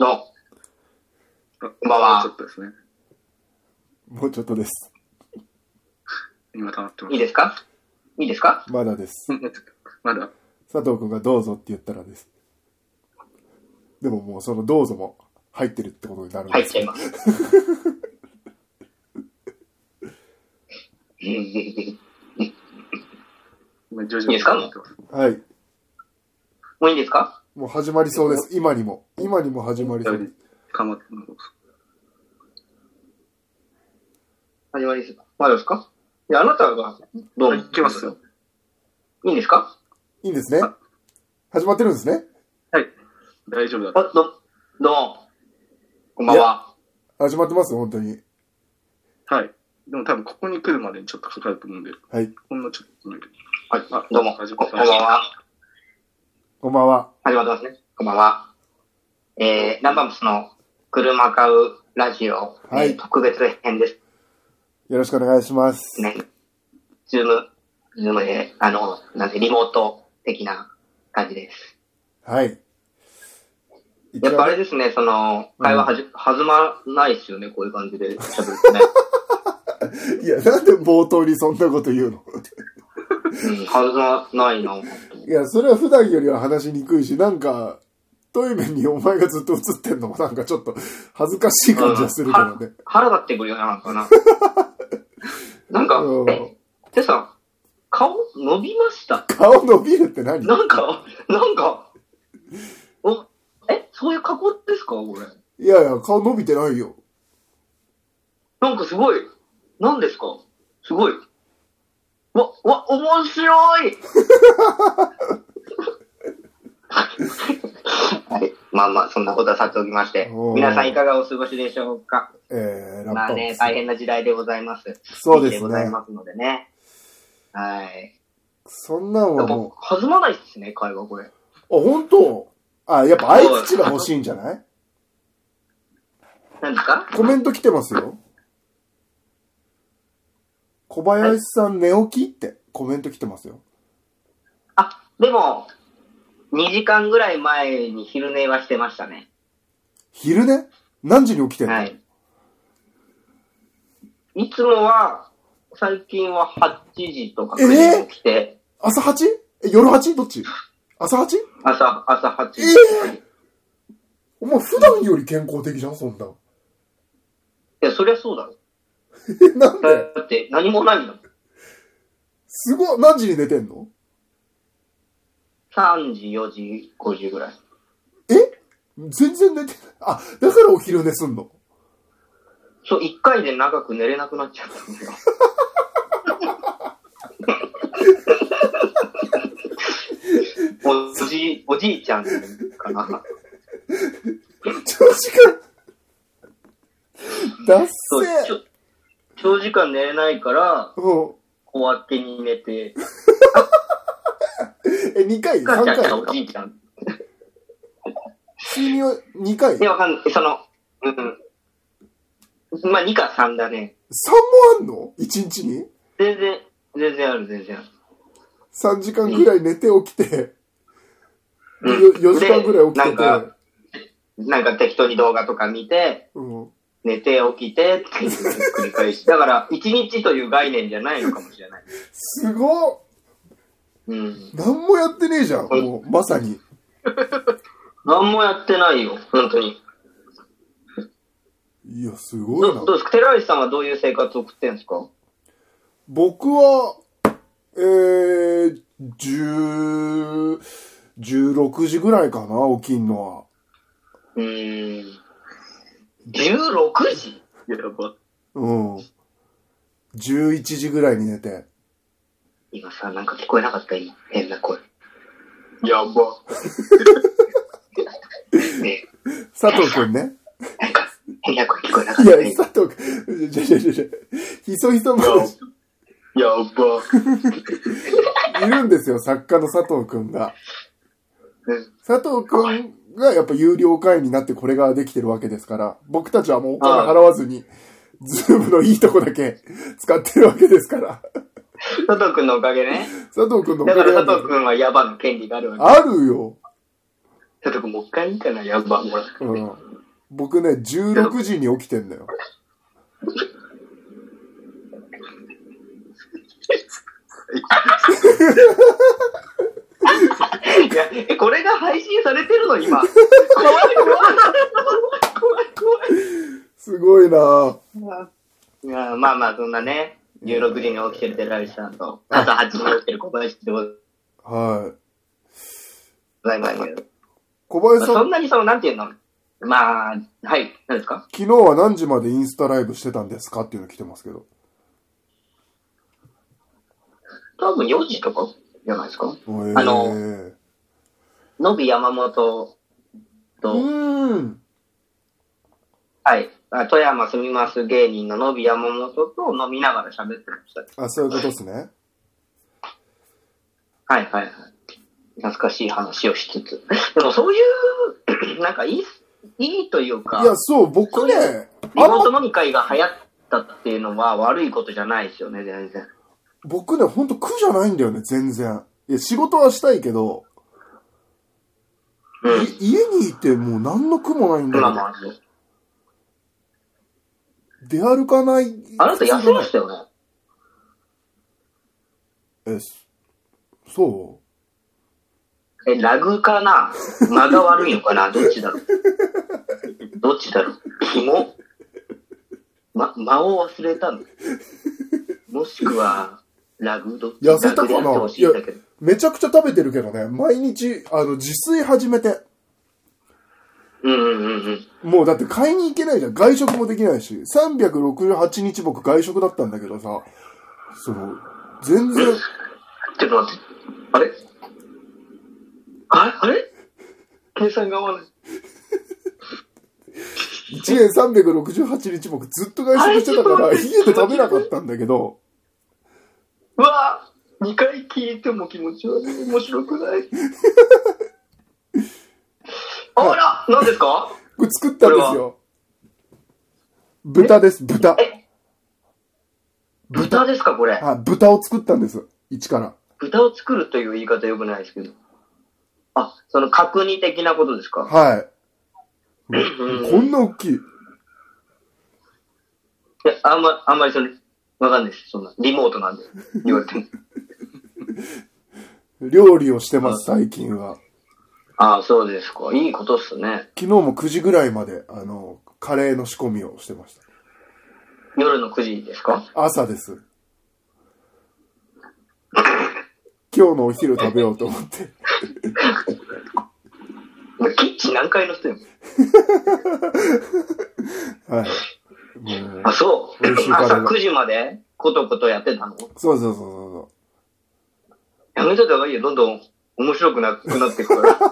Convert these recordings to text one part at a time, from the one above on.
の、こんばんはちょっとですね。もうちょっとです。今溜まってまいいですかいいですかまだです。す。まだ、佐藤くんがどうぞって言ったらです。でももうそのどうぞも入ってるってことになるん入でっすちゃいけどます。今徐々いいですか溜まってますはい。もういいですかもう始まりそうです。今にも。今にも始まりそうです。溜まってます。始まりです。まだですかいや、あなたが、どうも。はいいけますよ。いいんですかいいんですね。始まってるんですね。はい。大丈夫だった。あ、ど、どうも。こんばんは。始まってます、本当に。はい。でも多分ここに来るまでにちょっとかかると思うんで、はい。ほんのちょっとだけ。はいあ、どうも。こ始んまばっんてますは。こんばんは。始まってますね。こんばんは。えー、ナンバムスの車買うラジオ、はえいー特別編ですよろしくお願いします。ね。ズーム、ズームで、あの、なんて、リモート的な感じです。はい。一やっぱあれ応、ですね、その、うん会話はじ、弾まないですよね、こういう感じで喋ると ね。いや、なんで冒頭にそんなこと言うのうん、弾まないな。いや、それは普段よりは話しにくいし、なんか、トイレにお前がずっと映ってんのもなんかちょっと恥ずかしい感じがするからね。腹立ってくるようなの かな。なんか、うんえ、てさ、顔伸びました。顔伸びるって何なんか、なんか、お、え、そういう加工ですかこれ。いやいや、顔伸びてないよ。なんかすごい、なんですかすごい。わ、わ、面白 いはい。まあまあ、そんなことはさておきましておー。皆さんいかがお過ごしでしょうかえー、ラまッパあーでね、す大変な時代でございます。そうですございね。ますのでね。はい。そんなんやはっぱも弾まないっすね、会話これ。う、あ、本当あ、やっぱ相槌が欲しいんじゃない何ですかコメント来てますよ。小林さん寝起きってコメント来てますよ。あ、でも、2時間ぐらい前に昼寝はしてましたね。昼寝何時に起きてんの、はい。いつもは、最近は8時とか9時に起きて、朝 8? え、夜 8? どっち朝 8? 朝、朝8時。えお前普段より健康的じゃんそんなん。いや、そりゃそうだろ。え、なんでだって、何もないんだもん。すごい、何時に寝てんの3時、4時、5時ぐらい。全然寝てない。あ、だからお昼寝すんの。そう、1回で長く寝れなくなっちゃったんだよ。 おじい、おじいちゃんかな。長時間。だっそうせちょ長時間寝れないから、うん。小分けに寝て、え、2回 ?3 母ちゃんか回おじいちゃん。睡眠は2回 ?3 いもや、わかんない。その、うん。まあ、2か3だね。あんの ?1 日に全然、全然ある、全然ある。 ?3 時間ぐらい寝て起きて、うん4時間ぐらい起きてでなんて、かなんか適当に動画とか見て、うん。寝て起きてっていう繰り返し。だ から、1日という概念じゃないのかもしれない。すごっうん。何もやってねえじゃん、うんもう、まさに。何もやってないよ、本当に。いや、すごいなどど。うですか寺内さんはどういう生活を送ってんですか僕は、えー、10 16時ぐらいかな、起きんのうーん。16時やば。は。うん。11時ぐらいに寝て。今さ、なんか聞こえなかった今。変な声。やば。 ね佐藤くんね。なんか、変な声聞こえなかいったや、 今佐藤くん、じゃじゃじゃじゃひそひそ話、やば。いるんですよ、作家の佐藤くんが。うん佐藤くんがやっぱ有料会員になってこれができてるわけですから、僕たちはもうお金払わずに、ズームのいいとこだけ使ってるわけですから。佐藤くんのおかげね。佐藤くんのおだかからげなん佐だ藤くんはヤバの権利があるわけ。あるよ。ちょっともう一回いいかな、やば、もらって。うん。僕ね、16時に起きてんだよ。いや、え、これが配信されてるの、今。怖い怖い。怖い怖いすごいなぁ。怖い。いや、まあまあ、そんなね、16時に起きてる寺内さんと、朝8時に起きてる小林でごはい。ざいますけど。小林まあさそん、んなにその、なんていうのまあ、はい、何ですか昨日は何時までインスタライブしてたんですかっていうの来てますけど。多分4時とかじゃないですかえー、あののび山本うと、ーん。はい。あ富山住みます芸人ののび山本と飲みながら喋ってました。あ、そういうことですね。はいはいはい。懐かしい話をしつつ。 でもそういう、 なんかいい、いいというか、いや、そう、僕ねそうい、リあんモーま、ト飲み会が流行ったっていうのは悪いことじゃないですよね、全然。僕ね、ほんと苦じゃないんだよね、全然。いや、仕事はしたいけど、うん。い家にいてもう何の苦もないんだ今よ。もある。出歩かない。あなた痩せましたよね。え、そえ、ラグかな間が悪いのかなどっちだ ろうどっちだろう肝ま、間を忘れたのもしくは、ラグどっち痩せたラグでやかなってほしいんだけど。うめちゃくちゃ食べてるけどね、毎日、あの、自炊始めて。うんうんうんうん。もうだって買いに行けないじゃん。外食もできないし。368日僕外食だったんだけどさ。その、全然、ちょっと待って。あれあれあれ計算が合わない。 1年368日僕ずっと外食してたかあら、れ家で食べなかったんだけど、うわぁ !2 回聞いても気持ち悪い。面白く ない。あら何ですかこれ作ったんですよ。豚です、豚。え豚ですかこれ。あ、豚を作ったんです。一から。豚を作るという言い方よくないですけど。あ、その角煮的なことですかはい。うんこんな大きい。いや、あんま、あんまりそれ、わかんないです。そんな、リモートなんで、言われても。料理をしてます、最近は。ああ、そうですか。いいことっすね。昨日も9時ぐらいまで、あの、カレーの仕込みをしてました。夜の9時ですか朝です。今日のお昼食べようと思って。キッチン何回の人よ。はい。もうあ、そう。美味しいカレー朝だ9時まで、ことことやってたのそうそうそうそやめといた方がいいよ。どんどん面白くなくなってくから。うそ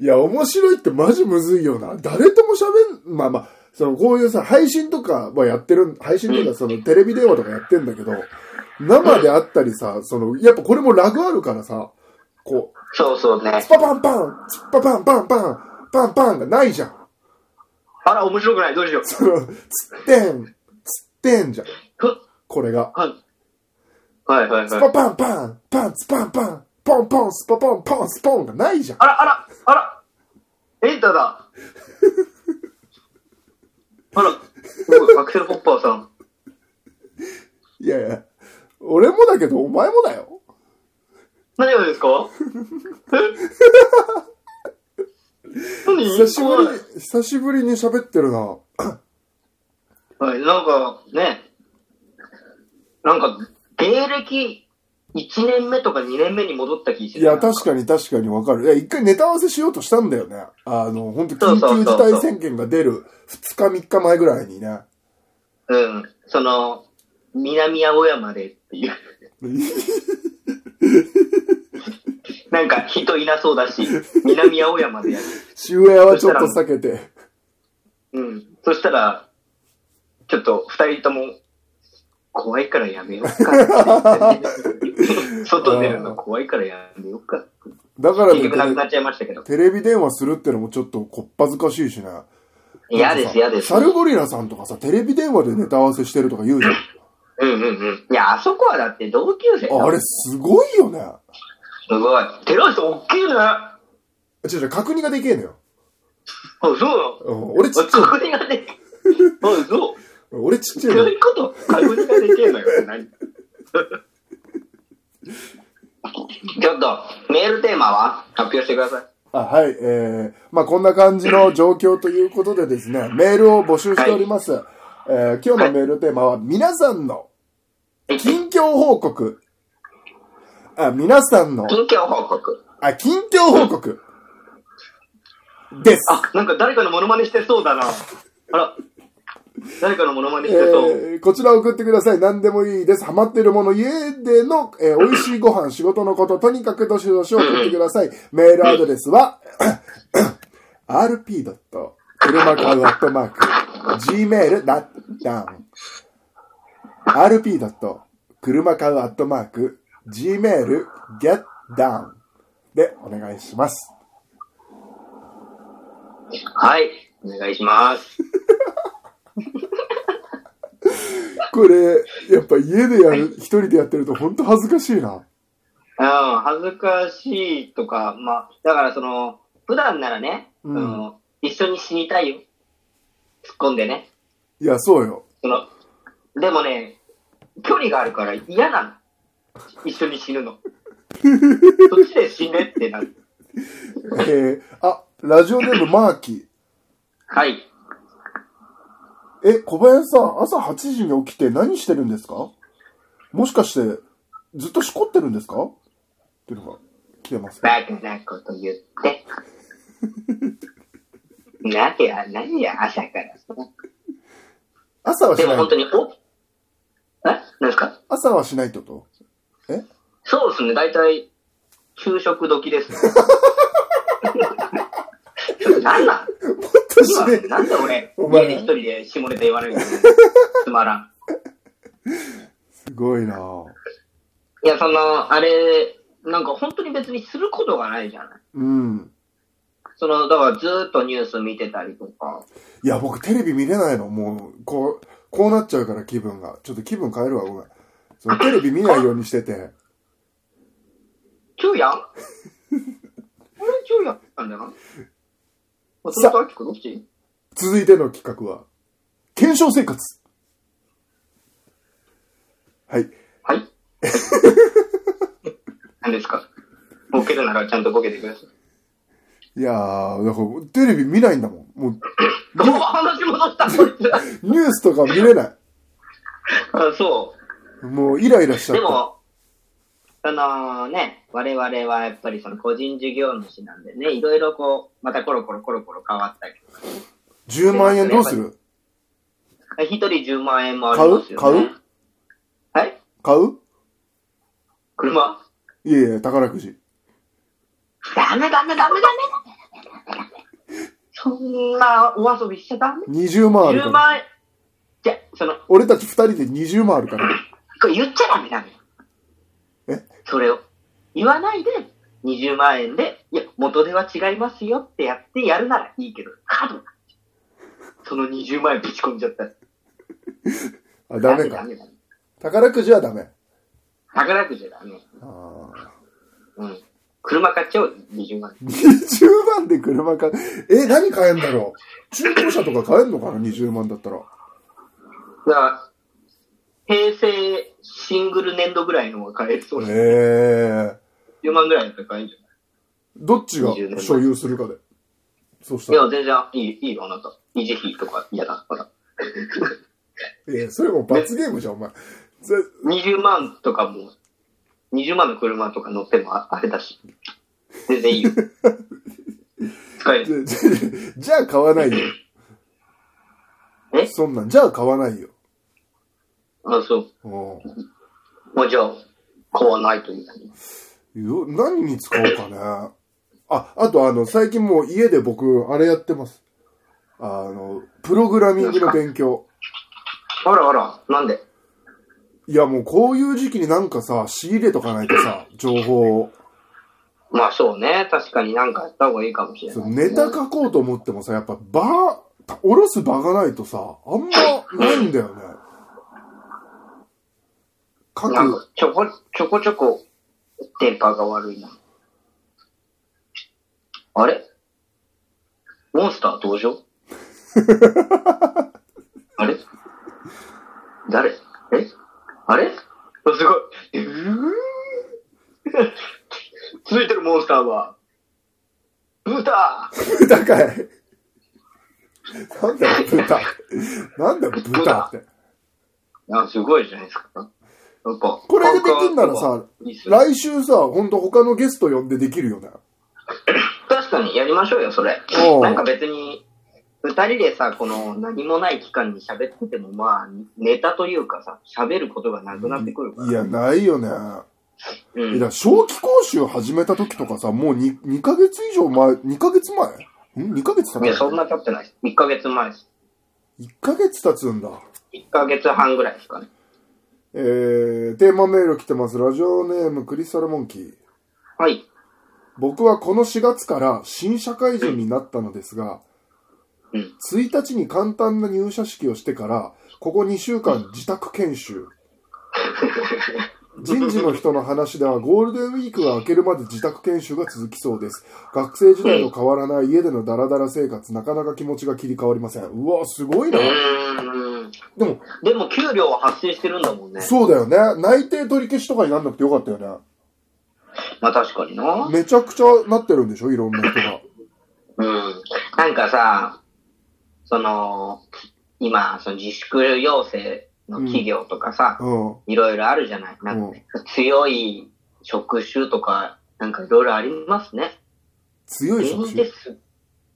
う。いや、面白いってマジむずいよな。誰とも喋ん、まあまあ、その、こういうさ、配信とかはやってる、配信とか、その、テレビ電話とかやってんだけど、生であったりさ、その、やっぱこれもラグあるからさ、こう、そうそうねス。パパンパン、スパパンパンパン、パンパンがないじゃん。あら、面白くない。どうしよう。その、つってん、つってんじゃん。ふこれが。はい。はいはいスはパい。パンパン、パンツパンパン、ポンポン、スパポンポン、スポンがないじゃん。あら、あら、あら。エンタだ。 あら、すごいアクセルホッパーさん。いやいや、俺もだけどお前もだよ。何がですか え何久しぶりに、久しぶりに喋ってるな。はい、なんかね、なんか芸歴1年目とか2年目に戻った気すいる。や、確かに確かにわかる。いや、一回ネタ合わせしようとしたんだよね。あの、本当緊急事態宣言が出る2日3日前ぐらいにね。 うん。その、南青山でっていう。なんか人いなそうだし、南青山でやる。渋谷はちょっと避けて。うん。そしたら、ちょっと二人とも、怖いからやめようか。 外出るの怖いからやめようか。だから結局なくなね、っちゃいましたけど。テレビ電話するってのもちょっとこっぱずかしいしね。嫌です、嫌です。サルゴリラさんとかさ、テレビ電話でネタ合わせしてるとか言うじゃん。うんうんうん。いや、あそこはだって同級生だああれすごいよね。すごい。寺内さん、大きいね。違う違う、角煮がでけえのよ。あ、そうなのうん俺ちっちゃい。確認ができあ、そう。俺ちっちどゃいうの。いうこと確認ができるのよ。何 ちょっと、メールテーマは発表してください。あはい、えー、まあこんな感じ の状況ということでですね、メールを募集しております。えー今日のメールテーマは、皆さんの近況報告。あ、皆さんの、近況報告。あ、近況報告。です。あ、なんか誰かのモノマネしてそうだな。あら、誰かのモノマネえしてそう。ーこちらを送ってください。何でもいいです。ハマってるもの、家での、えー美味しいご飯、仕事のこと、とにかくどしどし送ってください。メールアドレスは、rp. 車買うアットマーク、gmail.com。rp. 車買うアットマーク、gmail.getdown でお願いします。はい、お願いします。これ、やっぱ家でやる、一人でやってると本当恥ずかしいな。うん、恥ずかしいとか、まあ、だからその、普段ならね、うんあの一緒に死にたいよ。突っ込んでね。いや、そうよ。その、でもね、距離があるから嫌なの。一緒に死ぬ の。そっちで死ねってなる。 えー、あ、ラジオネームマーキー。はい。え、小林さん、朝8時に起きて何してるんですかもしかして、ずっとしこってるんですかっていうのが来てます。バカなこと言って。なんでや、何や、朝から。朝はしでもない本。当に、おえ何ですか朝はしないってことそうですね、大体、昼食時です、ね。ちょっと何なん今、ねなんで俺、お前家で一人で下ネタ言われるのつまらん。すごいなぁいや、その、あれ、なんか本当に別にすることがないじゃない。うん。その、だからずーっとニュース見てたりとか。いや、僕テレビ見れないの。もう、こう、こうなっちゃうから気分が。ちょっと気分変えるわ、ごめん。そのテレビ見ないようにしてて。キュウヤン俺キュウヤンなんだよな。松本明子どっち続いての企画は、検証生活。はい。はい。何ですかボケるならちゃんとボケてください。いやー、だからテレビ見ないんだもん。もう、どう話戻したこいつ。ニュースとか見れなあそい。もう、イライラしう。ちゃっでた。も、あのね、我々はやっぱりその個人事業主なんでね、いろいろこう、またコロコロコロコロ変わったり。 10万円どうする一人10万円もあ買りますうよ、ね。は買うい買う車いやいや、宝くじ。ダメダメダメダメダメダメダメダメそんなお遊びしちゃダメ。 20万あるか10ら。万円。じゃ、その、俺たち2人で20万あるから。これ言っちゃダメダメ。えそれを。言わないで、20万円で、いや、元手は違いますよってやってやるならいいけど、カードその20万円ぶち込んじゃったら。あ、ダメダか。メダメ。宝くじはダメ。宝くじだね。あーうん。車買っちゃおう、20万円。 20万で車買う。え、何買えんだろう中古車とか買えんのかな ?20 万だったら。だから、平成シングル年度ぐらいのが買えそうです。ええー。 10万ぐらいだったら買えんじゃどっちが所有するかで。そうしたないい。らや、全然いい、いいよ、あなた。維持費とか嫌だから。いや、それもう罰ゲームじゃん、お前。それ20万とかも、20万の車とか乗ってもああれだし。全然いい よ。使える。じゃ じゃあ買わないよ。えそんなん、じゃあ買わないよ。あ、そう。うんもうじゃあ、買わないという。よ何に使おうかね。あ、あとあの、最近もう家で僕、あれやってます。あの、プログラミングの勉強。あらあら、なんでいやもうこういう時期になんかさ、仕入れとかないとさ、情報を。まあそうね。確かになんかやった方がいいかもしれそなのい。ネタ書こうと思ってもさ、やっぱ場、おろす場がないとさ、あんまないんだよね。書なんくか、ちょこ、ちょこちょこ、電波が悪いな。あれモンスター登 場あれ誰えあれあすごい。え うー続いてるモンスターは、ブーター豚かい。なんだよ、豚。なんだよ、豚って。あ、すごいじゃないですか。なんか、これでできんならさ、いいっすね、来週さ、ほんと他のゲスト呼んでできるよね。確かにやりましょうよ、それおう。なんか別に、二人でさ、この何もない期間に喋ってても、まあ、ネタというかさ、喋ることがなくなってくるから。いや、ないよね。ういん。や、正気講習始めた時とかさ、もう 2, 2ヶ月以上前、2ヶ月前ん ?2 ヶ月い経や、つそんな経ってないです。1ヶ月前です。 ?1 ヶ月経つんだ。 1ヶ月半ぐらいですかね。えー、テーマメール来てます。ラジオネームクリスタルモンキー。はい。僕はこの4月から新社会人になったのですが、うん1日に簡単な入社式をしてから、ここ2週間自宅研 修。人事の人の話ではゴールデンウィークが明けるまで自宅研修が続きそうです。学生時代と変わらない家でのダラダラ生活、なかなか気持ちが切り替わりません。うわ、すごいうな。ーん。でも、でも給料は発生してるんだもんね。そうだよね。内定取り消しとかになんなくてよかったよね。まあ確かにな。めちゃくちゃなってるんでしょいろんな人が。うん。なんかさ、その、今、その自粛要請の企業とかさ、うん。いろいろあるじゃない。なんか強い職種とか、なんかいろいろありますね。強い芸職人種で。す。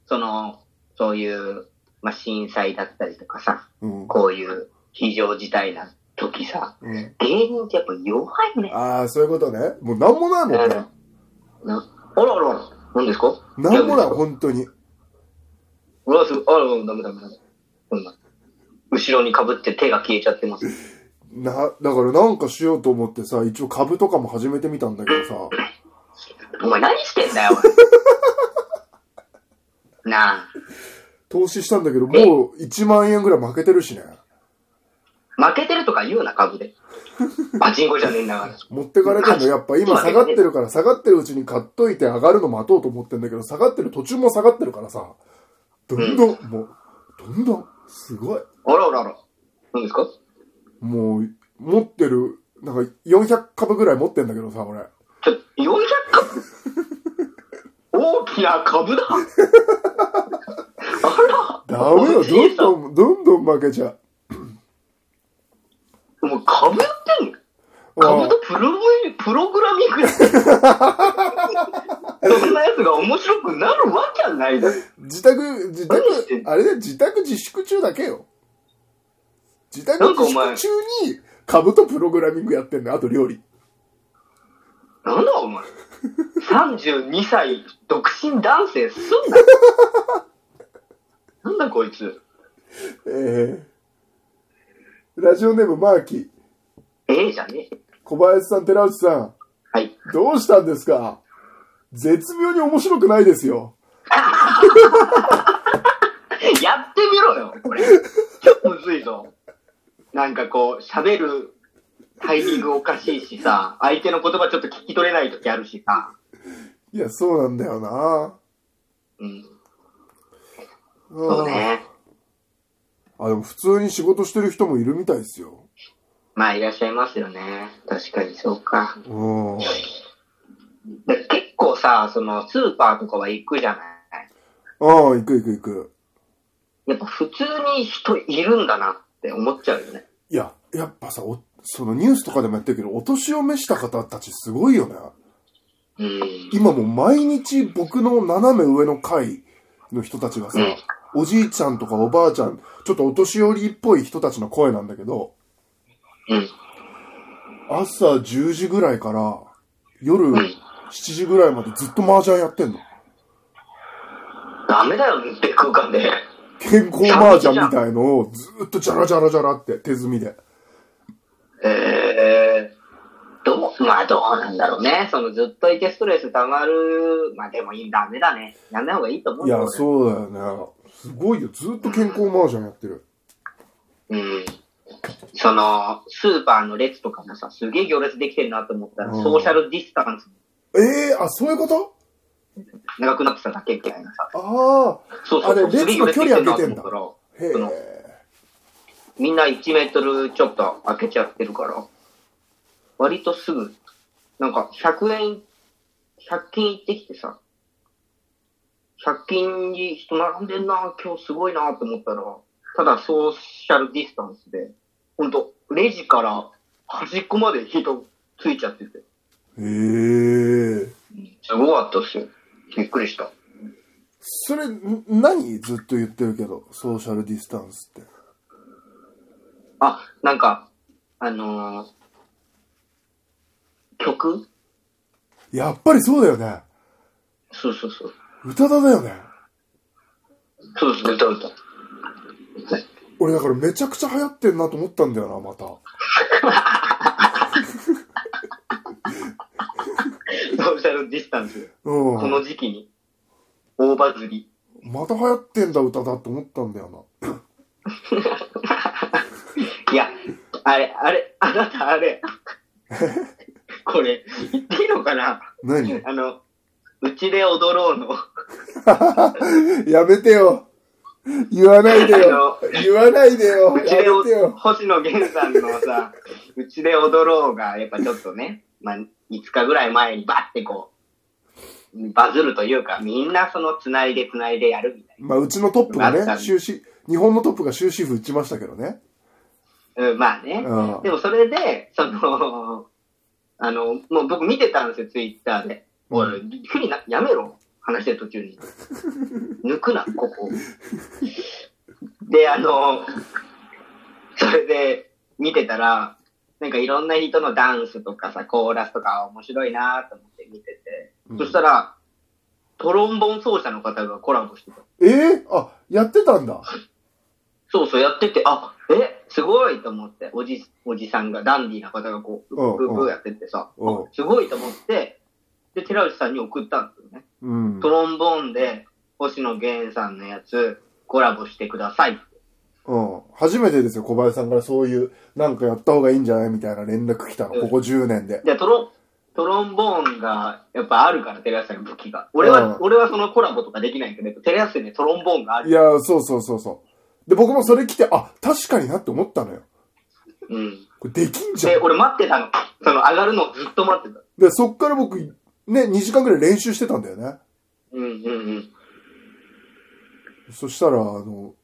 その、そういう、まあ、震災だったりとかさ、うん。こういう非常事態な時さ、うん芸人ってやっぱ弱いね。ああ、そういうことね。もうなんもないもんね。なあらあら、何ですかなんもない、本当に。うわ、すごい。あら、うんダメダメダメ。こんな。後ろに被って手が消えちゃってます。な、だからなんかしようと思ってさ、一応株とかも始めてみたんだけどさ、お前何してんだよ、お いな投資したんだけど、もう1万円ぐらい負けてるしね。あ、負けてるとか言うな、株で。パチンコじゃねえんだから。持ってかれてんの、やっぱ今下がってるから、下がってるうちに買っといて上がるの待とうと思ってんだけど、下がってる途中も下がってるからさ、どんどん、もう、どんどん、すごい。あらあらあら。何ですかもう、持ってる、なんか400株ぐらい持ってんだけどさ、俺。ちょ、400株大きな株だあらダメよ、どんどん、どんどん負けちゃう。もう株やってんのあ株とプログラミプログラミングやってんのそんなやつが面白くなるわけはないだろ。自宅、自宅何してん、のあれだよ、自宅自粛中だけよ。自宅なんかお自前粛中に株とプログラミングやってんだよ、あと料理。なんだお前。32歳、独身男性すんな。なんだこいつ。ええラジオネームマーキー、ええじゃねえ。小林さん、寺内さん、はい。 どうしたんですか絶妙に面白くないですよ。やってみろよ、これ。ちょっとむずいぞ。なんかこう、喋るタイミングおかしいしさ、相手の言葉ちょっと聞き取れない時あるしさ。いや、そうなんだよな。うん。うんそうね。あ、でも普通に仕事してる人もいるみたいですよ。まあ、いらっしゃいますよね。確かにそうか。うん。で結構さ、その、スーパーとかは行くじゃない。ああ、行く行く行く。やっぱ普通に人いるんだなって思っちゃうよね。いや、やっぱさ、おそのニュースとかでもやってるけど、お年を召した方たちすごいよね。うん。今もう毎日僕の斜め上の階の人たちがさ、おじいちゃんとかおばあちゃん、ちょっとお年寄りっぽい人たちの声なんだけど、うん。朝10時ぐらいから夜ん7時ぐらいまでずっと麻雀やってんの。ダメだよ、別空間で。健康麻雀みたいのをずっとジャラジャラジャラって手積みで。えー、どう、まあどうなんだろうね。そのずっといてストレス溜まる、まあでもいい、ダメだね。やんない方がいいと思ういよや、俺そうだよね。すごいよ。ずっと健康麻雀やってる。うん。その、スーパーの列とかもさ、すげえ行列できてるなと思ったら、うんソーシャルディスタンス。ええー、あ、そういうこと長くなってただけみたいなさ。あそうそうそう。あれすげえ列の距離な開けてんだと思うあ、へえそ。のから、みんな1メートルちょっと開けちゃってるから、割とすぐ、なんか100円、100均行ってきてさ、100均に人並んでんな、今日すごいなと思ったら、ただソーシャルディスタンスで、ほんと、レジから端っこまで人ついちゃってて、へえ。すごかったっすよ。びっくりした。それ、ん何ずっと言ってるけど、ソーシャルディスタンスって。あ、なんか、あのー曲やっぱりそうだよね。そうそうそう。宇多田だよね。そうそう、歌歌。俺だからめちゃくちゃ流行ってんなと思ったんだよな、また。ソーシャルディスタンス、うこのん。時期に、大バズり。また流行ってんだ、歌だと思ったんだよいや、あれ、あれ、あなた、あ れ。これ、言っていいのかなな。何あの、うちで踊ろうの。やめてよ。言わないでよあ。言わないでよ。うちやでめてお、よ。星野源さんのさ、うちで踊ろうが、やっぱちょっとね、まあ、5日ぐらい前にバッてこう、バズるというか、みんなそのつないでつないでやるみたいまあ、うちのトップがなったね、ん終止、日本のトップが終止符打ちましたけどね。な。うん、まあね。うん。でもそれで、その、 あの、もう僕見てたんですよ、ツイッターで。おい、不利な、やめろ。話してる途中に。 抜くな、ここ。で、あの、それで見てたら、なんかいろんな人のダンスとかさ、コーラスとか面白いなと思って見てて、そしたら、トロンボン奏者の方がコラボしてた。えーあ、やってたんだ。そうそう、やってて、あ、え、すごいと思って、おじ、おじさんが、ダンディーな方がこう、うんブーブーやっててさ、うんあすごいと思って、で、寺内さんに送ったんですよね。うんト。ロンボーンで、星野源さんのやつ、コラボしてくださいって。うん。初めてですよ、小林さんからそういう、なんかやった方がいいんじゃないみたいな連絡来たの、うんここ10年で。で、トロ、トロンボーンが、やっぱあるから、寺内さんの武器が。俺は、うん俺はそのコラボとかできないけど、寺内さんにトロンボーンがあいる。やー、そうそうそうそう。で、僕もそれ来て、あ、確かになって思ったのよ。うん。これできんじゃんで、。俺待ってたの。その、上がるのをずっと待ってた。で、そっから僕、ね、2時間ぐらい練習してたんだよね。うんうんうん。そしたら、あの、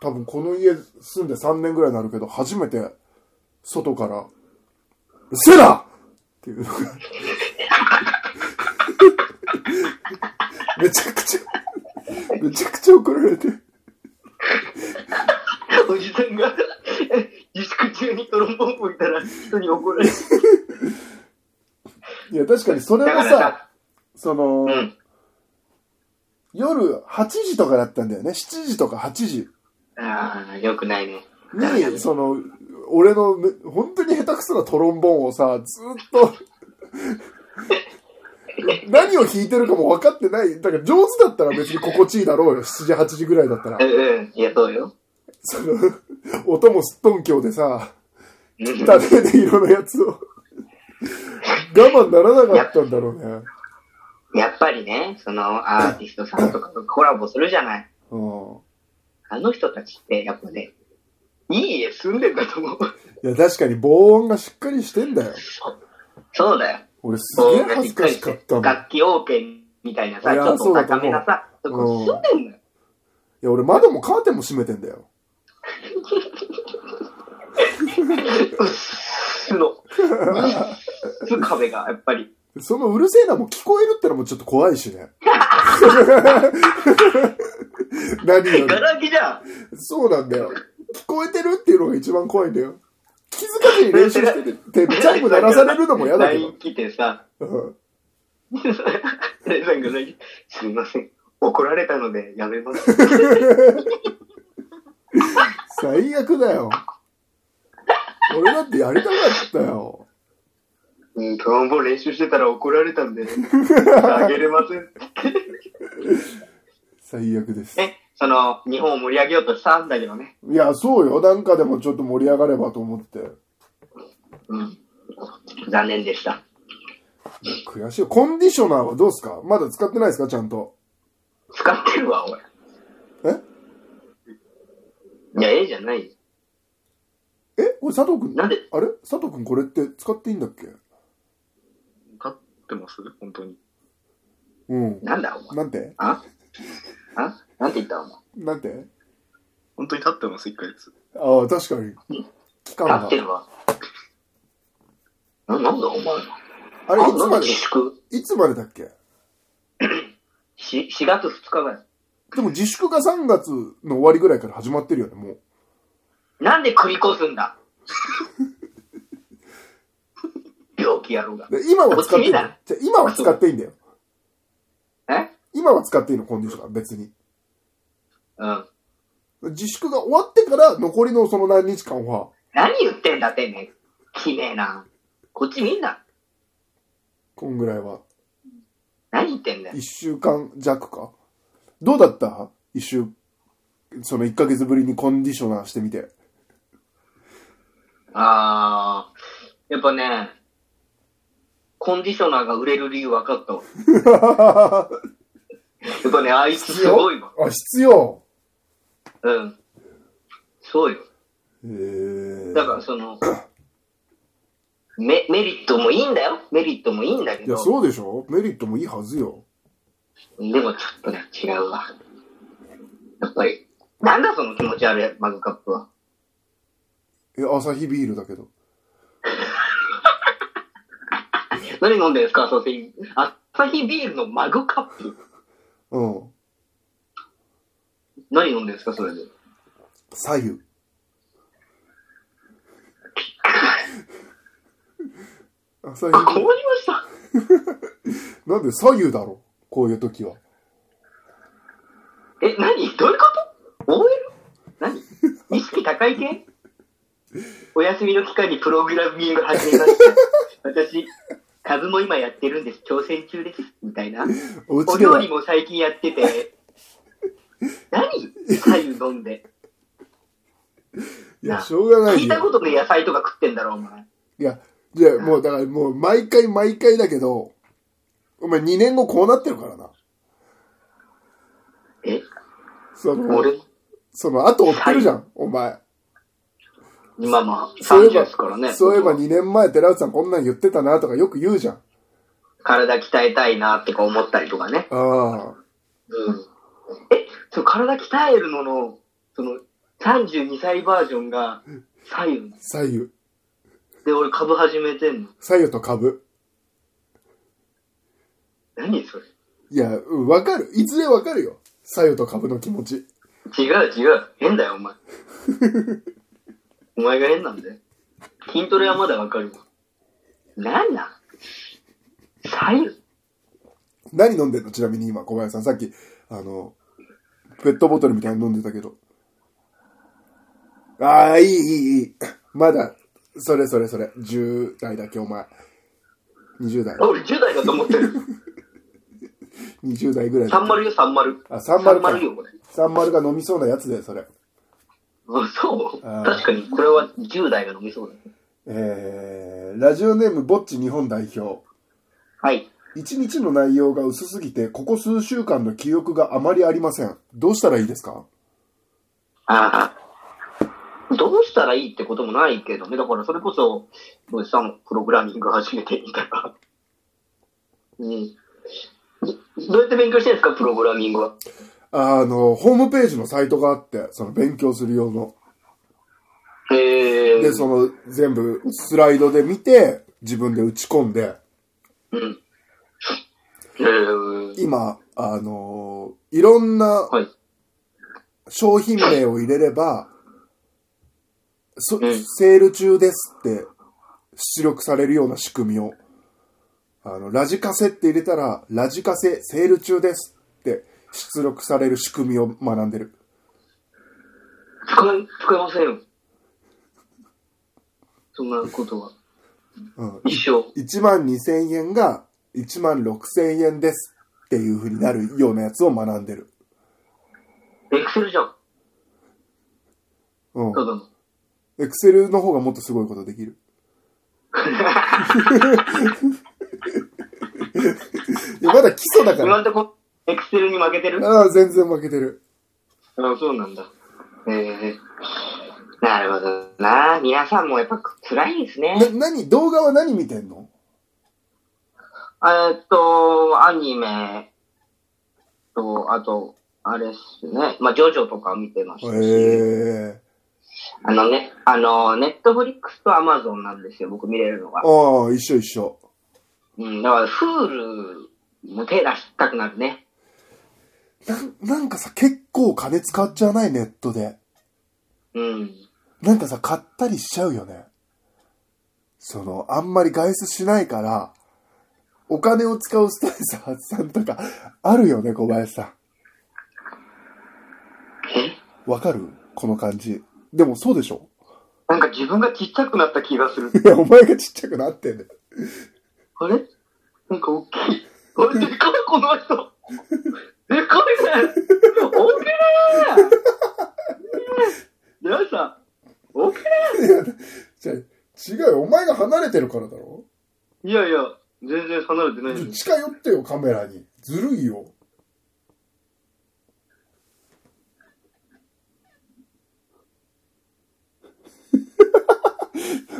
多分この家住んで3年ぐらいになるけど、初めて、外から、セラっていうのが。 めちゃくちゃ、めちゃくちゃ怒られて。おじさんが自粛中にトロンボーン吹いたら人に怒られる。いや、確かにそれだもからささ、、その、うん。夜8時とかだったんだよね。7時とか8時ああ、よくないね。に、その、俺のめ、本当に下手くそなトロンボーンをさ、ずーっと、何を弾いてるかも分かってない。だから上手だったら別に心地いいだろうよ。7時、8時ぐらいだったらう。んうん。いや、そうよ。その、音もすっとんきょうでさ、うんた手で色のやつを。我慢ならなかったんだろうね。やっぱりね、そのアーティストさんとかとコラボするじゃない。うん。あの人たちって、やっぱね、いい家住んでんだと思う。いや、確かに防音がしっかりしてんだよ。そうだよ。俺すこげえう恥ずかしかったもん。い楽器 OK みたいなさ、いちやょっそとうだと高思うめなさ、とこ住んでんのよ。や、俺窓もカーテンも閉めてんだよ。うっすの。うっす壁が、やっぱり。そのうるせえなも聞こえるってのもちょっと怖いしね。何よガり。ラ空きじゃん。そうなんだよ。聞こえてるっていうのが一番怖いんだよ。気づかずに練習してて、チャイム鳴らされるのも嫌だけ LINE 来てさ、ど。うんレイさんが最近すみません。怒られたのでやめます。最悪だよ。俺だってやりたかったよ。うん、トロンボーン練習してたら怒られたんで、あげれません。最悪です。ね、その、日本を盛り上げようとしたんだけどね。いや、そうよ。なんかでもちょっと盛り上がればと思って。うん。残念でした。悔しい。コンディショナーはどうすかまだ使ってないですかちゃんと。使ってるわ、おい。えいや、ええじゃないよ。えこれ佐藤くん、なんであれ佐藤くんこれって使っていいんだっけ飼ってます本当に。うん。なんだ、お前。なんてああなんて言った、お前。なんて本当に飼ってます、一ヶ月。ああ、確かに。期間使がっ。てるわ。な、なんだ、お前。あれ、いあつなんだまで自、粛いつまでだっけし ?4 月2日ぐらい。でも自粛が3月の終わりぐらいから始まってるよね、もう。なんで繰り越すん だ病気野郎が。で今は使っていいのこっじゃあ今は使っていいんだよ。え今は使っていいの、コンディショナー、別に。うん。自粛が終わってから残りのその何日間は、何言ってんだってね。きねえな。こっちみんな。こんぐらいは、何言ってんだよ1。週間弱か。どうだった一週、その1ヶ月ぶりにコンディショナーしてみて。あー。やっぱね、コンディショナーが売れる理由分かったわ。やっぱね、あいつすごいわ。あ、必要うん。そうよ。へえ。だからそ の、メメリットもいいんだよ。メリットもいいんだけいや、ど。そうでしょメリットもいいはずよ。でもちょっとね、違うわ。やっぱり。なんだその気持ち悪いマグカップは。え、朝日ビールだけど。何飲んでるんですか朝日、アサヒビールのマグカップ。うん。何飲んでるんですかそれで。左 右。朝あ、日困りビーました。ル。なんで左右だろこういう時は。え、何どういうこと ?OL? 何意識高い系お休みの期間にプログラミング始めました。私、株も今やってるんです。挑戦中です。みたいな。おお家で料は理、も最近やってて。何左右飲んで。いや、しょうがないよ。聞いたことの野菜とか食ってんだろ、お前。いや、じゃあもうだからもう毎回毎回だけど、お前2年後こうなってるからな。えその、俺、その後追ってるじゃん、お前。今まあ、そうい30えば、ですからね。そういえば2年前寺内さんこんなん言ってたなとかよく言うじゃん。体鍛えたいなってか思ったりとかね。ああ。うん。え、その体鍛えるのの、その、32歳バージョンが、左右。左右。で、俺株始めてんの。左右と株。何それいや、うんわかる。いずれわかるよ。左右と株の気持ち。違う違う。変だよ、お 前。お前が変なんだよ。筋トレはまだわかるわ。なんなん左右何飲んでんのちなみに今、小林さん。さっき、あの、ペットボトルみたいに飲んでたけど。ああ、いい、いい、いい。まだ、それそれそれ。10代だっけ、お前。20代あ。俺10代だと思ってる。 20代ぐらいだ。 30よ、30。あ30かよ、これ。 30が飲みそうなやつだよ、それ。あそうあー確かに、これは10代が飲みそうだね。えー、ラジオネーム、ぼっち日本代表。はい。一日の内容が薄すぎて、ここ数週間の記憶があまりありません。どうしたらいいですかああ。どうしたらいいってこともないけどね。だから、それこそ、ロイさんもプログラミング始めてみたいな。うん。どどうやって勉強してるんですか、プログラミングは。あの、ホームページのサイトがあって、その勉強する用の。ええで、その全部スライドで見て、自分で打ち込んで、うん。えー、今、あのーいろんなはい。商品名を入れれば、そうんセール中ですって出力されるような仕組みを、あの、ラジカセって入れたら、ラジカセセール中ですって出力される仕組みを学んでる。使え、使えませんよ。そんなことは。うん。一生。 1万2000円が1万6000円ですっていう風になるようなやつを学んでる。エクセルじゃん。うんた。だの。エクセルの方がもっとすごいことでき る。いやまだ基礎だか今ら。んとこ、エクセルに負けてるあああ、全然負けてる。そうなんだ。えー、なるほどな。皆さんもやっぱ辛いんですねな、。何動画は何見てんのえーっと、アニメと、あと、あれっすね。まあ、ジョジョとか見てまへすし、え。あのね、あの、ネットフリックスとアマゾンなんですよ、僕見れるのが。ああ、一緒一緒。うん、だから、フールも手出したくなるね。なんなんかさ、結構金使っちゃわないネットで。うん。なんかさ、買ったりしちゃうよね。その、あんまり外出しないから、お金を使うストレス発散とか、あるよね、小林さえん。わかるこの感じ。でもそうでしょなんか自分がちっちゃくなった気がする。いや、お前がちっちゃくなってんね。あれなんか大きい。あれ、でかい、この人。でかいね。大きいね。皆さん、大きいね。じゃあ違うよ、お前が離れてるからだろいやいや、全然離れてないちょです。近寄ってよ、カメラに。ずるいよ。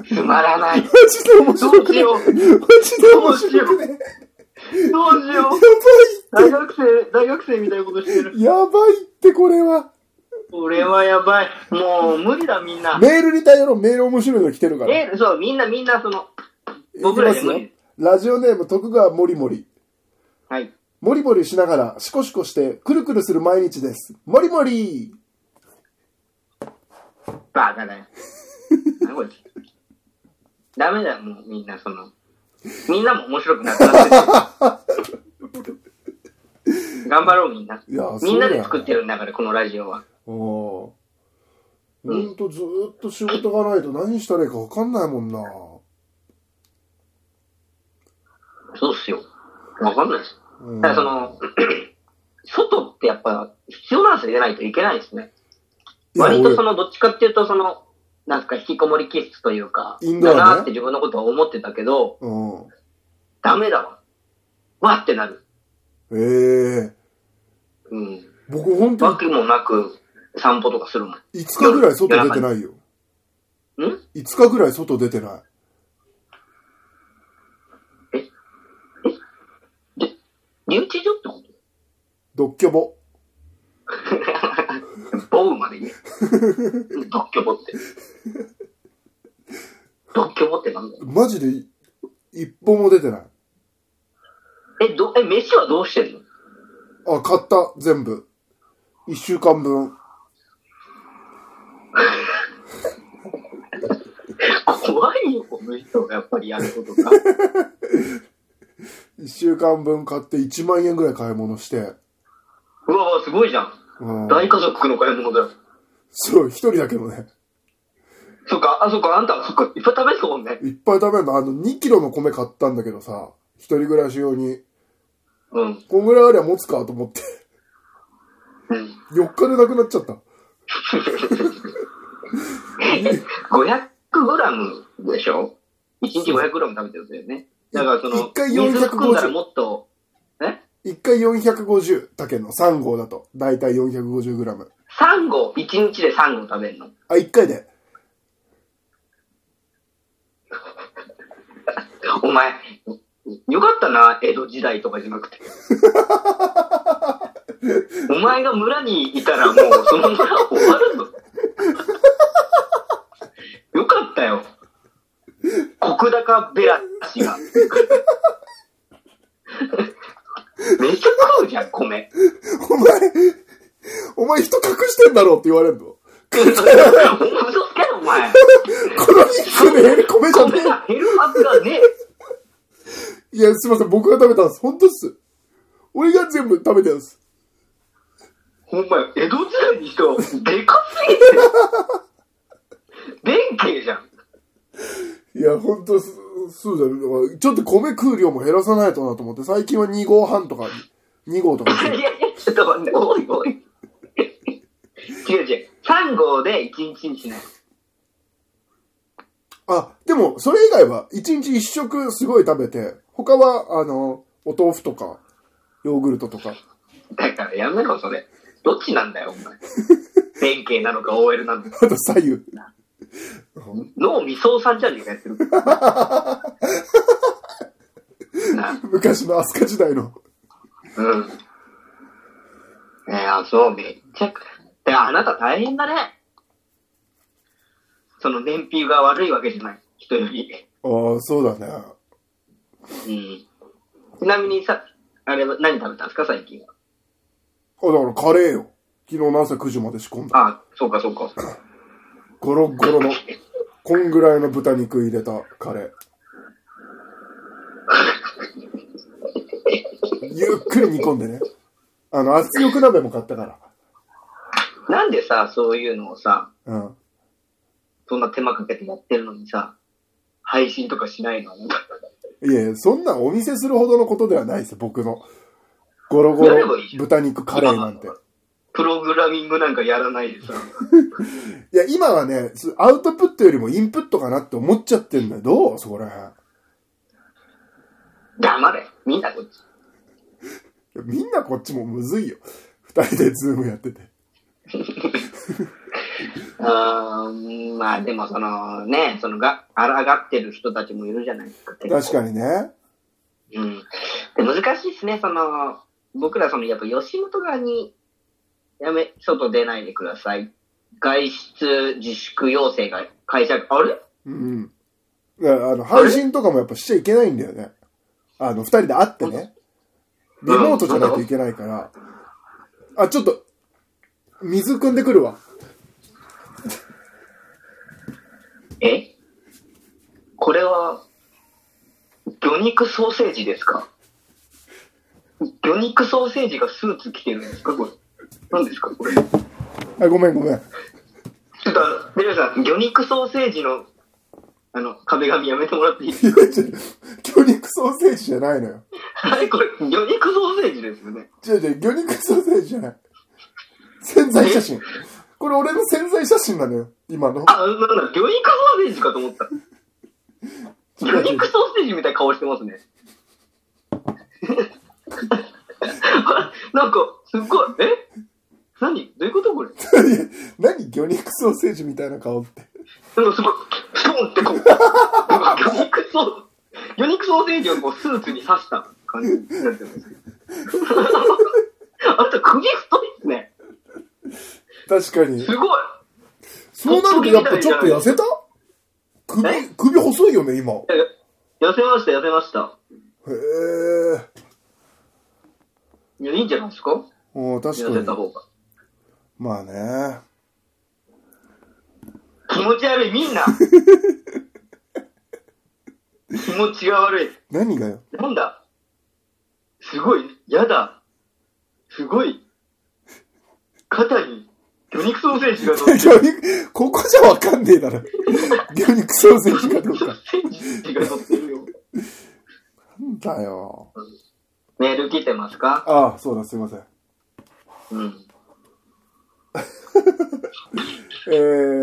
つまらない。マジで面ど白うくしね。よう。マジで面白くね。やどうしよう。ばい大っ学て。生、大学生みたいなことしてる。やばいって、これは。俺はやばい。もう無理だ、みんな。メールに頼ろう、メール面白いの来てるから。え、そう、みんなみんなその、僕らいでき無ますよ理。。ラジオネーム、徳川もりもり。はい。もりもりしながら、シコシコして、くるくるする毎日です。もりもりバカだ よ。何これ。ダメだよ、もうみんなその。みんなも面白くなくなってる。頑張ろう、みんな。いや、そうだよねみんなで作ってるんだから、このラジオは。おーほうんんとずーっと仕事がないと何したらいいか分かんないもんな。そうっすよ。わかんないです。うんだからその、 外ってやっぱ必要なんですよ、出ないといけないですね。いや割とそ俺の、どっちかっていうと、その、なんすか、引きこもり気質というか、インドアだねなって自分のことは思ってたけど、うん。ダメだわ。わってなる。ええうん。僕ほんとわけもなく散歩とかするもん。 5日ぐらい外出てないよ。ん ?5 日ぐらい外出てない。留置所ってこドッキョボ。とボウまで言え。ドッキョボって。ドッキョボってなんだよ。マジでい一歩も出てない。え、ど、え、飯はどうしてんのあ、買った、全部。1週間分。怖いよ、この人がやっぱりやることが。 1週間分買って1万円ぐらい買い物して。うわ、すごいじゃん。うん。大家族の買い物だよ。そう、一人だけどね。そっか、あ、そっか、あんた、そっか、いっぱい食べてたもんね。いっぱい食べるの。あの、2キロの米買ったんだけどさ、一人暮らし用に。うん。こんぐらいありゃ持つかと思って。 うん。 4日でなくなっちゃった。 500グラムでしょ ?1 日500グラム食べてるんだよね。だからその、一回450水含んだらもっと、え1回450、他県の3号だと。だいたい450グラム。サンゴ、一日でサンゴ食べるの。あ、1回で。 お前、よかったな、江戸時代とかじゃなくて。お前が村にいたらもうその村終わるぞ。 よかったよ。国高ベラ氏が。 めっちゃ食うじゃん、米。お前、お前人隠してんだろうって言われるの。こお前嘘つけよ、お前。の肉で米じゃ米ねが減るはずがねえ。え。いや、すいません、僕が食べたんです。本当っす。俺が全部食べたんです。ほんまや、江戸時代にしては、でか すぎて。弁慶じゃん。いや、本当すそうだよ、ね。ちょっと米食う量も減らさないとなと思って、最近は2合半とか、2合とかにしていやいや、ちょっと待って、おいおい。違う違う。3号で1日にしない。あ、でも、それ以外は、一日一食すごい食べて、他は、あの、お豆腐とか、ヨーグルトとか、だからやめろ、それ。どっちなんだよ、お 前。弁慶なのか OL なのか。あと左右。脳みそさんじゃねえかや ってる。なあ昔の飛鳥時代の。うん。えー、あ、そう、めっちゃく、であなた大変だね。その燃費が悪いわけじゃない。人より。ああ、そうだね。うん。ちなみにさ、あれは何食べたんですか、最近は。あ、だからカレーよ。昨日の朝9時まで仕込んだ。あ、そうか、そうか。ゴロッゴロの、こんぐらいの豚肉入れたカレー。ゆっくり煮込んでね。あの、圧力鍋も買ったから。なんでさ、そういうのをさ、うん。そんな手間かけてやってるのにさ、配信とかしないの いやいや、そんなんお見せするほどのことではないですよ、僕の。ゴロゴやれロばいいじゃん豚肉カレーなんて。プログラミングなんかやらないでさ。いや、今はね、すアウトプットよりもインプットかなって思っちゃってんだよ。どうそこら辺。黙れ。みんなこっち。いやみんなこっちもむずいよ。二人でズームやってて。うーん、まあでもそのね、そのが、抗ってる人たちもいるじゃないですか。確かに。にね。うん。で難しいですね、その、僕らその、やっぱ吉本側に、やめ、外出ないでください。外出自粛要請が会社、あれうん。だからあの、配信とかもやっぱしちゃいけないんだよね。あの、二人で会ってね。リモートじゃないといけないから。あ、ちょっと、水汲んでくるわ。えこれは、魚肉ソーセージですか魚肉ソーセージがスーツ着てるんですかこれ。何ですかこれ。ちょっあ、ごめんごめ ん。とあの、デルさん、魚肉ソーセージの、あの、壁紙やめてもらっていいですか魚肉ソーセージじゃないのよ。あれこれ、魚肉ソーセージですよね。違う違う、魚肉ソーセージじゃない。潜在写真。これ俺の潜在写真なのよ。今の。あ、なんだ、魚肉ソーセージかと思った。違魚う違う肉ソーセージみたいな顔してますね。 あなんか、すっごい、え何どういうことこれいや 何魚肉ソーセージみたいな顔って。なんかすごい、ストンってこう、魚肉ソー、魚肉ソーセージをこうスーツに刺した感じになってます。あんた首太いっすね。確かに。すごい。そうなるとやっぱちょっと痩せた首え、首細いよね、今。へ痩せました、痩せました。え。いや、いいんじゃないですかもう痩確せかたに。方が。まあね。気持ち悪い、みんな。気持ちが悪い。何がよ。 なんだすごい、やだ。すごい。肩に、魚肉ソーセージが乗ってる。魚肉、ここじゃわかんねえだろ。 魚肉ソーセージかどうか。が乗ってる よ。なんだよ。メール来てますかああ、そうだ、すいません。うん。え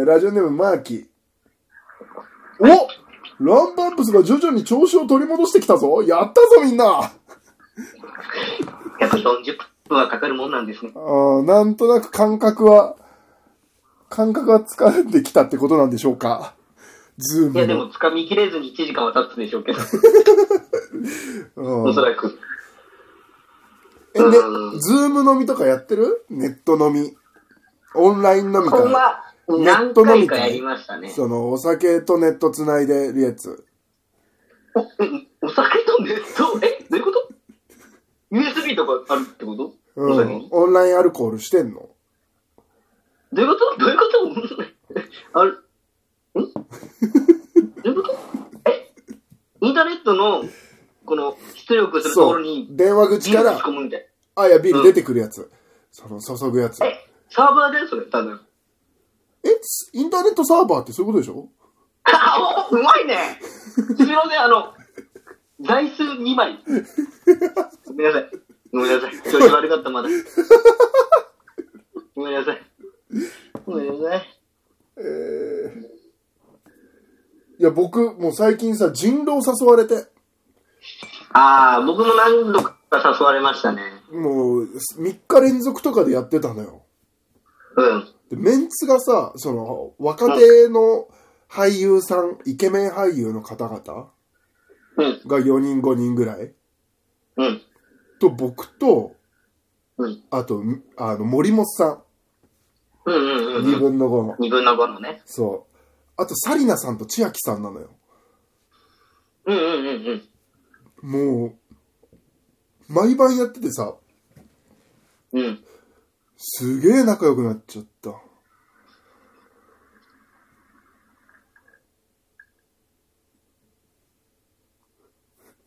ー、ラジオネームマーキー。おランバンプスが徐々に調子を取り戻してきたぞやったぞみんなやっぱ40分はかかるもんなんですね。ああ、なんとなく感覚は、感覚は掴んできたってことなんでしょうか。ズーいや、ムでのも。掴みきれずに1時間は経つでしょうけど、うんおそらく。え、ねうん、ズーム飲みとかやってるネット飲み。オンライン飲みこんか。は何回かやりましたね。その、お酒とネット繋いでるやつ。おえお酒とネット、え、どういうこと ?USB とかあるってこと、うお酒にん。オンラインアルコールしてんの。どういうことどういうことある、んどういうことえ、インターネットの、この、出力するとこそろうに、。電話口か打らち、込むみたい。あ、いや、ビール出てくるやつ。その、注ぐやつ。え、え、サーバーでそれ、多分。インターネットサーバーってそういうことでしょあおうまいねすみません、あの、座椅子2枚。ごめんなさい。ごめんなさい。調子悪かった、まだ。ごめんなさい。ごめんなさい。いや、僕、もう最近さ、人狼誘われて。ああ、僕も何度か誘われましたね。もう、3日連続とかでやってたのよ。うん。で、メンツがさ、その、若手の俳優さん、イケメン俳優の方々がうん。 4人5人ぐらいうん。と僕と、うんあと、あの、森本さうんうんん、うん2うん。分の5の。二分の五のね。そう。あと、サリナさんと千秋さんなのよ。うんうんうんうん。もう、毎晩やっててさ、うん。すげえ仲良くなっちゃった。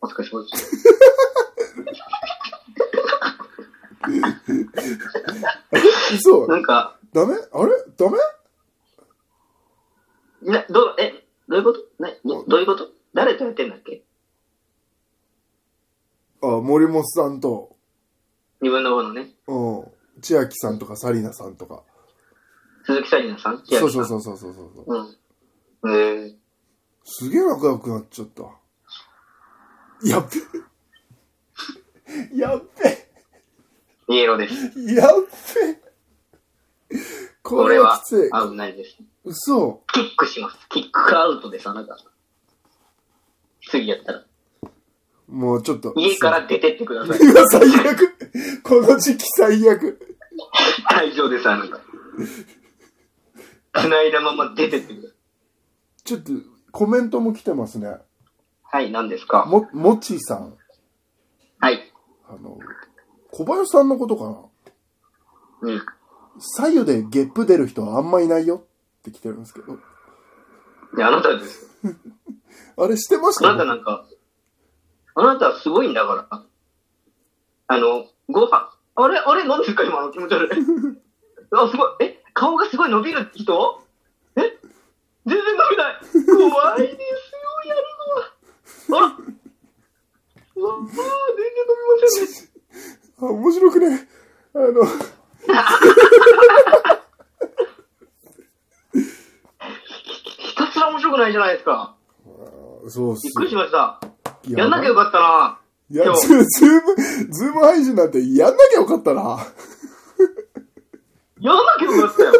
お疲れ様です。嘘なんか、ダメあれダメね、どう、え、どういうことね、どういうこと誰とやってんだっけあ、森本さんと、二分の五のね。うん、千秋さんとかサリナさんとか。鈴木紗理奈さん千そ秋うさそんうそうそうそうそう。うん。えー、すげえ仲良くなっちゃった。やっべ。やっイエローです。べ。やっべ。ここれれははきつい。危ないです。嘘。キックします。キックアウトです、あなた。次やったら。もうちょっと。家から出てってください。うわ、最悪。この時期最悪。会場です、あなた。繋いだまま出てってくだちょっと、コメントも来てますね。さい。はい、何ですかも、もちさん。はい。あの、小林さんのことかうなん。左右でゲップ出る人はあんまいないよって来てるんですけど。で、あなたです。あれしてましあたなたなんか、あなたはすごいんだから。あの、ご飯、あれあれ何ですか今の気持ち悪い。あ、すごい。え顔がすごい伸びるって人え全然伸びない。怖いですよ、やるのは。あうわあ、全然伸びませんね。あ、面白くね。あの、ひたすら面白くないじゃないですか。そうっすびっくりしました。よやんなきゃよかったな。いや、今日ズズーム、ズーム配信なんてやんなきゃよかっ たな。やんなきゃよかったよ。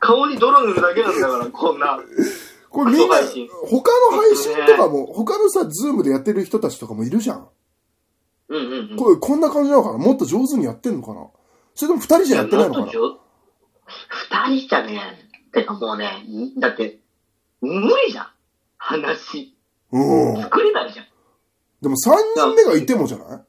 顔に泥塗るだけなんだから、こんな。これみんな後配信、他の配信とかも、他のさ、ズームでやってる人たちとかもいるじゃん。うんうんうん。これ、こんな感じなのかなもっと上手にやってんのかなそれとも二人じゃやってないのかもっなと上二人じゃねてかもうね、だって、無理じゃん。話。うん。作れないじゃん。でも三人目がいてもじゃない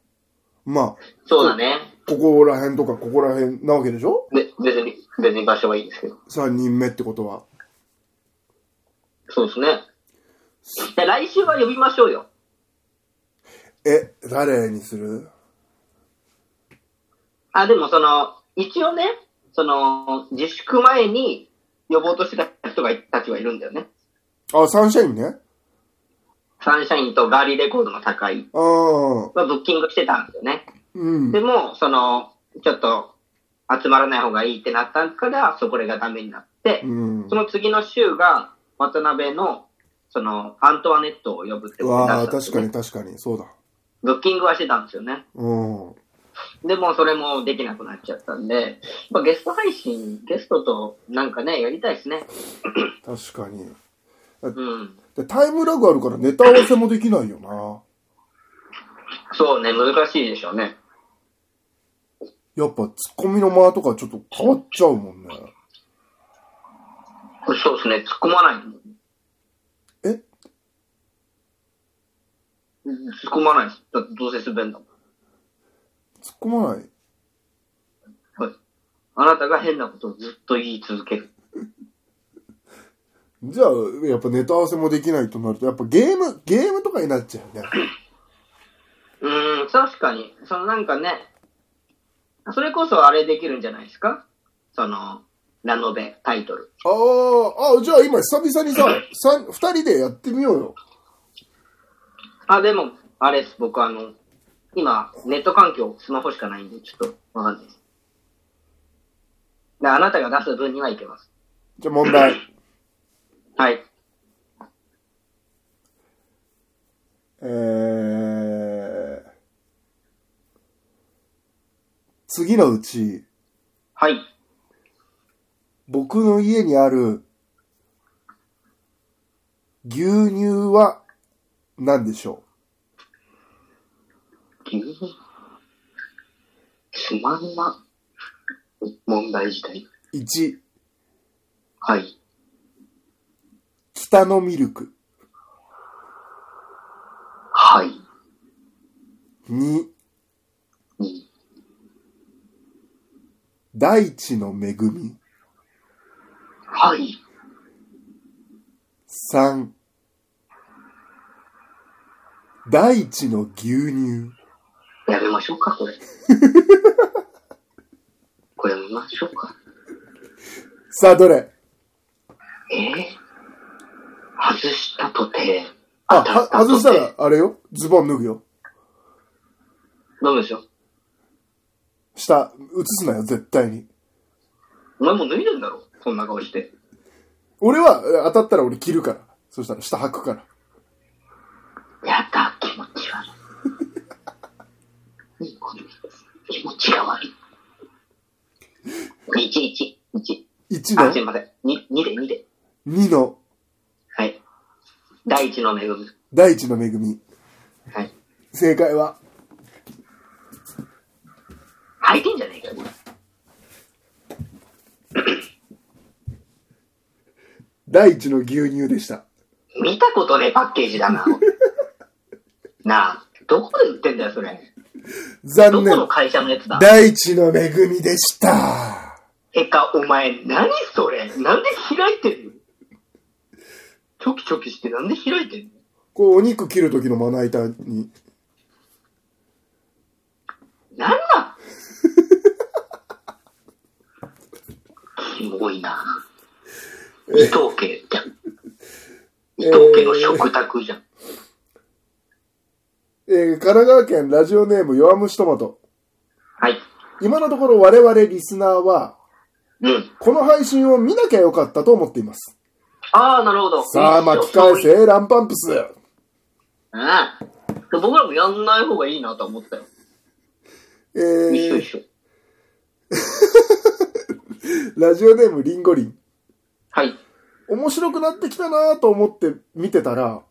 まあ、そうだね。ここら辺とかここら辺なわけでしょべ別に、別に場所はいいですけど。三人目ってことは。そうですね。で来週は呼びましょうよ。え、誰にするあ、でもその、一応ね、その、自粛前に呼ぼうとしてた人がい、たちはいるんだよね。あ、サンシャインね。サンシャインとガーリーレコードの高井ああ、はブッキングしてたんですよね。うん。でも、その、ちょっと、集まらない方がいいってなったから、そこれがダメになって、うんそ。の次の週が、渡辺の、その、アントワネットを呼ぶってことにわなあ、ったんです確よねかに確かに、そうだ。ブッキングはしてたんですよね。うん。でも、それもできなくなっちゃったんで、やっぱゲスト配信、ゲストとなんかね、やりたいですね。確かに。うん。でタイムラグあるからネタ合わせもできないよな。そうね、難しいでしょうね。やっぱツッコミの間とかちょっと変わっちゃうもんね。そうですね、突っ込まない。えうん突っ込まないです。だってどうせ滑るんだもん。突っ込まないあなたが変なことをずっと言い続ける。じゃあ、やっぱネタ合わせもできないとなると、やっぱゲーム、ゲームとかになっちゃうね。うーん、確かに。そのなんかね、それこそあれできるんじゃないですかその、ラノベタイトル。ああ、あじゃあ今久々にさ、三、二人でやってみようよ。あ、でも、あれです。僕あの、今、ネット環境、スマホしかないんで、ちょっとわかんないです。であなたが出す分にはいけます。じゃあ問題。はい。えー、次のうち、はい。僕の家にある牛乳は何でしょ君つまんな。問題自体。う ?1、はい。北のミルク。はい。 2、うん大地の恵み。はい。 3、大地の牛乳。やめましょうか、 これ。これやめましょうか。さあ、どれえー、外したとて、あ、当たはったとて外したら、あれよ。ズボン脱ぐよ。ダメでしょ下、映すなよ、絶対に。お前もう脱いでんだろこんな顔して。俺は、え当たったら俺着るから。そしたら下履くから。やだ、気持ち悪 い。何これ気持ちが悪い。1、1、1。あ、すい1ません。2、2で、2で。の、2の、はい。第一の恵み。大地の恵み。はい。正解は、履いてんじゃねえかよ。大地の牛乳でした。見たことねえパッケージだ な。なあ、どこで売ってんだよ、それ。ど残この念。会社のやつだ。大地の恵みでした。てか、お前、何それなんで開いてんのチョキチョキしてなんで開いてんのこう、お肉切る時のまな板に。なんなんキモいな。伊藤家じゃん。伊藤家の食卓じゃん。えー、神奈川県ラジオネーム弱虫トマト。はい。今のところ我々リスナーは、うん。この配信を見なきゃよかったと思っています。ああ、なるほど。さあ、巻き返うん。せ、ランパンプス。で僕らもやんない方がいいなと思ったよ。え一緒ー、一緒。ラジオネームリンゴリン。はい。面白くなってきたなぁと思って見てたら、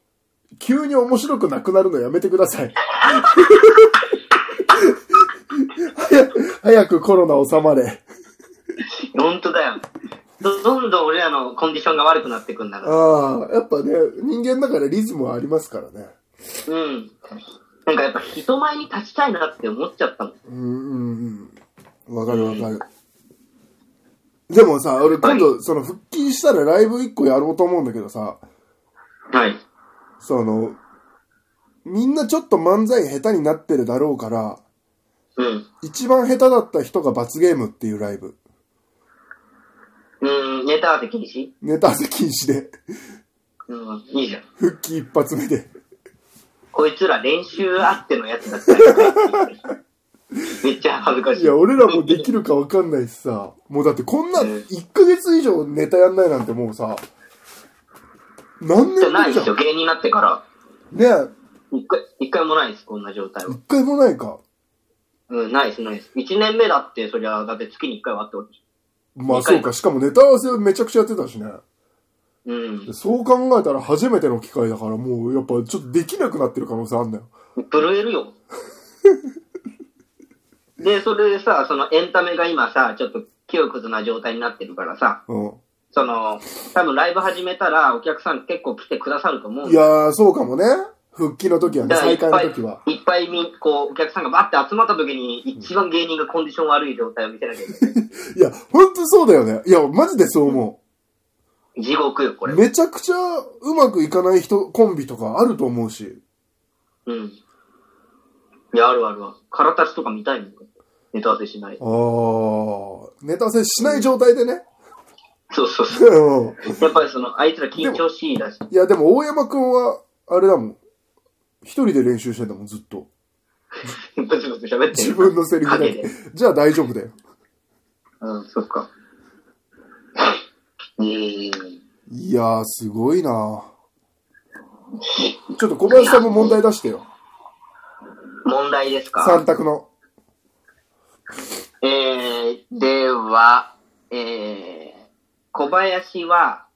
急に面白くなくなるのやめてください。早 く早くコロナ収まれ。本当だよ。どどんどん俺らのコンディションが悪くなってくんだから。ああ、やっぱね、人間だからリズムはありますからね。うん。なんかやっぱ人前に立ちたいなって思っちゃったもん。うんうんうん。わかるわかる。でもさ、俺今度、その復帰したらライブ一個やろうと思うんだけどさ、はい。その、みんなちょっと漫才下手になってるだろうから、うん。一番下手だった人が罰ゲームっていうライブ。うん、ネタ合わせ禁止ネタ合わせ禁止で、 うん、いいじゃん。復帰一発目で。こいつら練習あってのやつだったら、めっちゃ恥ずかしい。いや、俺らもできるかわかんないしさ、もうだってこんな、1ヶ月以上ネタやんないなんてもうさ、何じゃ年なぶいりじでゃすよ、芸人になってから。ん。ね一回、一回もないです、こんな状態は一。回もないか。うん、ないです、ないです。一年目だって、そりゃ、だって月に一回はあってほしい。まあ二回そうか、しかもネタ合わせめちゃくちゃやってたしね。うん。そう考えたら初めての機会だからもうやっぱちょっとできなくなってる可能性あんだよ。震える よ。で、それでさ、そのエンタメが今さ、ちょっと窮屈な状態になってるからさ、う。その、多分ライブ始めたらお客さん結構来てくださると思うんんいだよやー、そうかもね。復帰の時はね、だからい再っ開ぱいの時は。いっぱいみ、こう、お客さんがバッて集まった時に、一番芸人がコンディション悪い状態を見せなきゃいけない。いや、ほんとそうだよね。いや、マジでそう思う。 地獄よ、これ。めちゃくちゃうまくいかない人、コンビとかあると思うし。うん。いや、あるあるわ。空立ちとか見たいもん。ネタ合わせしない。ああ、ネタ合わせしない状態で ね。そうそうそう。うんやっぱりその、あいつら緊張しいだし。いや、でも大山くんは、あれだもん。一人で練習してたもん、ずっと。ブツブツ喋って自る。分のセリフ だ陰けで。。じゃあ大丈夫だよ。うん、そっ か。うーん。いやー、すごいなちょっと小林さんも問題出してよ。問題ですか三択の。えー、では、えー、小林は、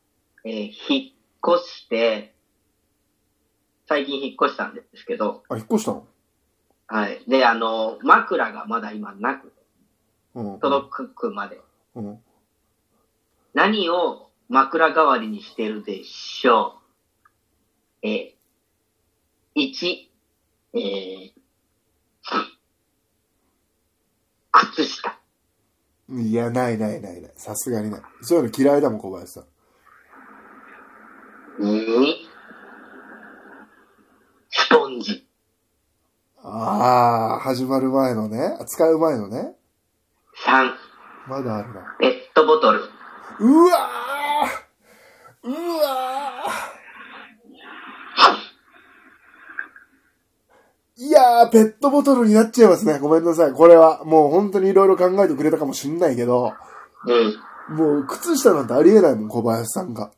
えー、引っ越して、最近引っ越したんですけど、あ、引っ越したのはい。で、あの、枕がまだ今なく、うん。届くまで。うん。何を枕代わりにしてるでしょうえー、1、えー、靴下。いや、ないないないない。さすがにない。そういうの嫌いだもん、小林さん。 2、スポンジ。ああ、始まる前のね。使う前のね。 3、まだあるな。ペットボトル。うわーうわーいやー、ペットボトルになっちゃいますね。ごめんなさい。これは、もう本当にいろいろ考えてくれたかもしんないけど、うん。もう靴下なんてありえないもん、小林さんが。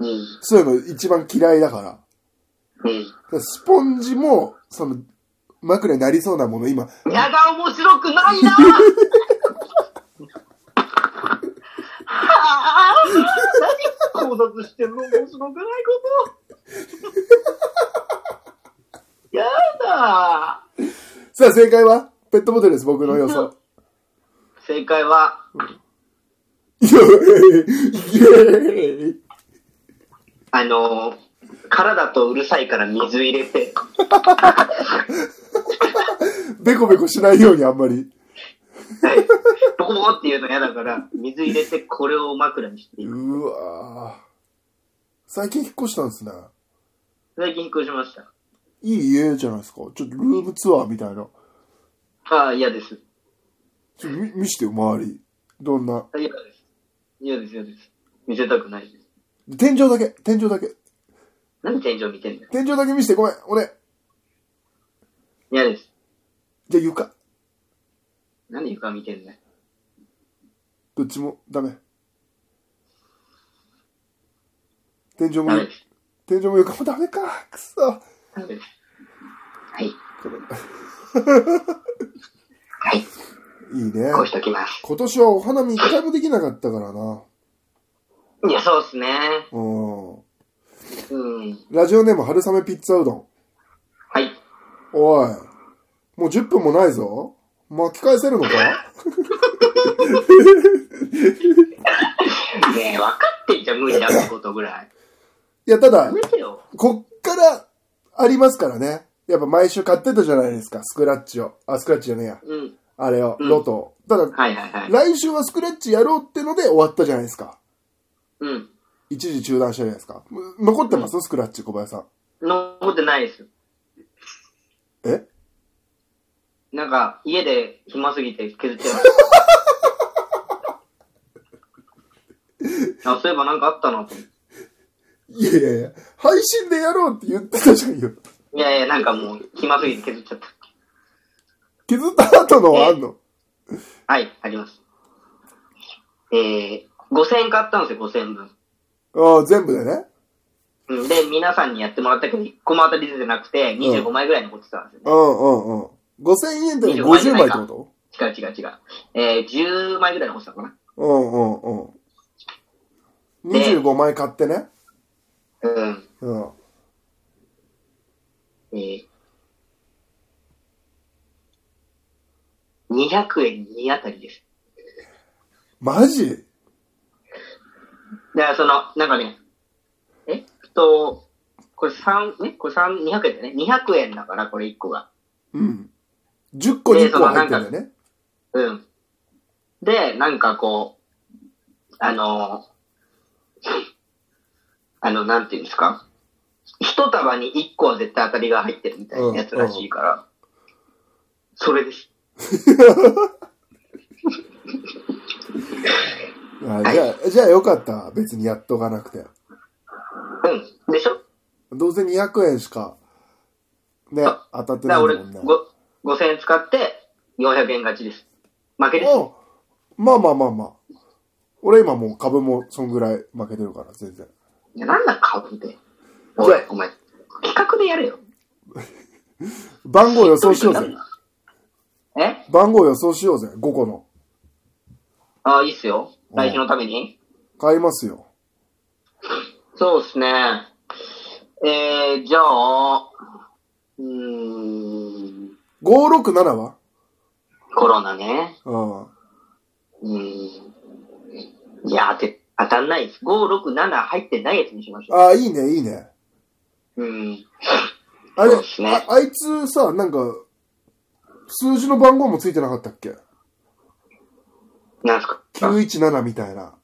うん。そういうの一番嫌いだから。だうん。からスポンジも、その、枕になりそうなもの、今、やだ、面白くないなはぁ何考察してんの面白くないこと。やださあ、正解はペットボトルです、僕の予想。正解は、イエーイイエーイあのー、体とうるさいから水入れて、 ベコベコしないようにあんまり。はい、ボコボコっていうの嫌だから、水入れてこれを枕にしていく。うわぁ。最近引っ越したんですね。最近引っ越しました。いい家じゃないですか。ちょっとルームツアーみたいな。ああ、嫌です。ちょっと見見してよ、周り。どんな。嫌です。嫌です、嫌です。見せたくないです。天井だけ、天井だけ。何天井見てんだよ。天井だけ見して、ごめん、俺。嫌です。じゃあ床。何床見てんだよ。どっちもダメ。天井もダメ、です。天井も床もダメか。くそ。ダメです。はい。はい。いいね。こうしときます。今年はお花見一回もできなかったからな。いや、そうっすね。うん。うん。ラジオネーム春雨ピッツァうどん。はい。おい。もう10分もないぞ。巻き返せるのかねえ、分かってんじゃん、無理だってことぐらい。いや、ただや、めてよ。こっからありますからね。やっぱ毎週買ってたじゃないですか。スクラッチを。あ、スクラッチじゃねえや。うん。あれを、うんロトを。ただ、はいはいはい。来週はスクラッチやろうってので終わったじゃないですか。うん。一時中断したじゃないですか。う残ってますスクラッチ、小林さん。残ってないです。えなんか、家で暇すぎて削ってました。あそういえばなんかあったなと思って。いやいやいや、配信でやろうって言ってたじゃんよ。いやいや、なんかもう、暇すぎて削っちゃった。削った後のはあんのはい、あります。えー、5000円買ったんですよ、5000円分。ああ、全部でね。うんで、皆さんにやってもらったけど、1個も当たり出てなくて、25枚ぐらい残ってたんですよね。うんうんうん。5000円ってのは50枚ってこと違う違う違う。えー、10枚ぐらい残ってたのかうんうんうん。で25枚買ってね。な。うん。うん。えー、200円に当たりです。マジだからその、なんかね、えっと、これ3、ねこれ3、200円だね。200円だから、これ1個が。うん。10個で10個入ってるよね。うん。で、なんかこう、あのーあの、なんていうんですか。一束に一個は絶対当たりが入ってるみたいなやつらしいから。それです。あじゃあ、じゃあよかったわ。別にやっとかなくて。うん。でしょどうせ200円しか、ね、あ当たってだかないらも俺、んね。ご5000円使って、400円勝ちです。負けです。おまあまあまあまあ。俺今もう株もそんぐらい負けてるから、全然。いや、なんだ株で。おいじゃ、お前、企画でやれよ。番号予想しようぜ。え番号予想しようぜ、5個の。ああ、いいっすよ。来週のために。買いますよ。そうですね。えー、じゃあ、うーん、 567はコロナね。うん。うーん。いや、当て、当たんないです。5、6、7入ってないやつにしましょああ、いいね、いいね。う。うん。あれ、そうですねああいつさ、なんか、数字の番号もついてなかったっけなんすか。 ?917 みたいな。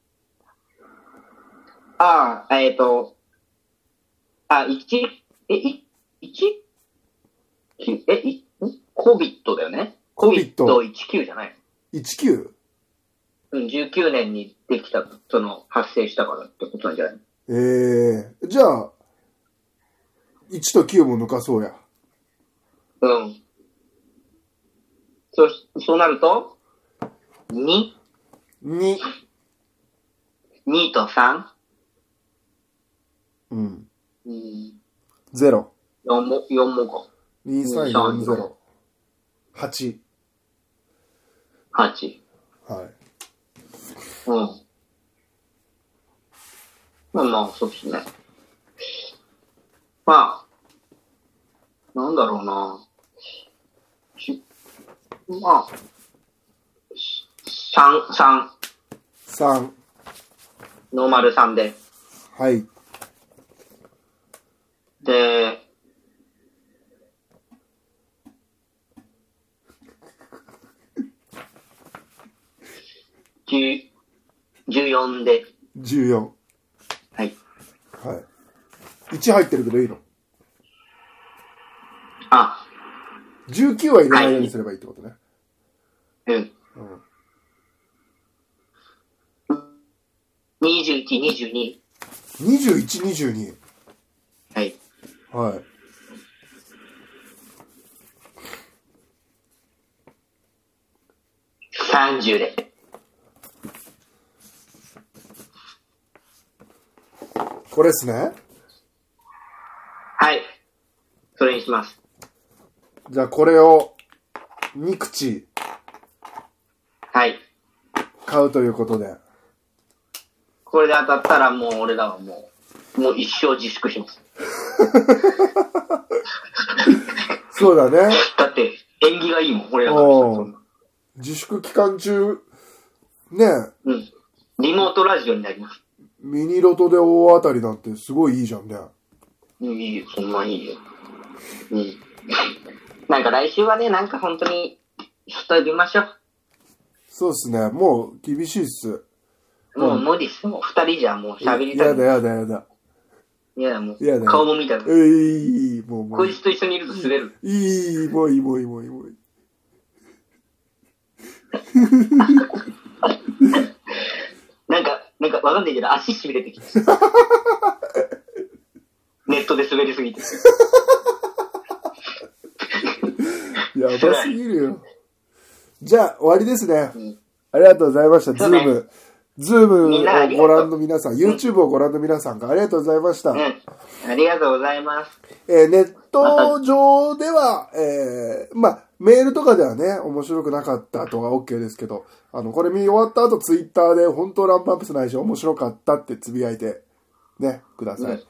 ああ、えっ、と、あ、1、え、い 1? え、い、んコビットだよね。コビッ COVID ト19じゃない。 19? うん、19年にできた、その、発生したからってことなんじゃないええじゃあ、1と9も抜かそうや。うん。そし、そうなると、2、 2。 2と3、うん。うん、 0。 4も、4も2340。8。 5、8。はい。うん。まあまあ、そうですね。まあ、なんだろうな。しまあ、3、三3。ノーマル3で。はい。で、10 14で、 14。はい。はい。1入ってるけどいいの。あ、 19は入れないようにすればいいってことね。うん。うん。 21、22。 21、22。はい。はい。 30で。これですね。はい。それにします。じゃあこれを2口はい。買うということで。これで当たったらもう俺らはもう、もう一生自粛します。そうだね。だって、縁起がいいもん、俺らからしたらそんな。自粛期間中、ねえうん。リモートラジオになります。ミニロトで大当たりなんてすごいいいじゃんね。うんいいよ、そんなんいいよ。うん。なんか来週はね、なんか本当に、人呼びましょそうっすね。もう厳しいっす。う。もううん無理っす。もう二人じゃもう喋りたやいだ。やだやだ。いや、もやだう、顔も見たえく。い、もうもこう。いいつと一緒にいると滑る。い、もういい、もういい、もういい、もういい。なんか、なんかわかんないけど、足痺れ てきた。ネットで滑りすぎて。やばすぎるよ。じゃあ、終わりですねん。ありがとうございました。ズそうねーム。ズーみんなあムりをがとごう覧の皆さん、YouTube をご覧の皆さんがありがとうございました。うん。ありがとうございます。えーネット上では、えーまあ、メールとかではね、面白くなかったとか OK ですけど、あの、これ見終わった後、ツイッターで、本当ランプアップスないし、面白かったってつぶやいて、ね、ください。うん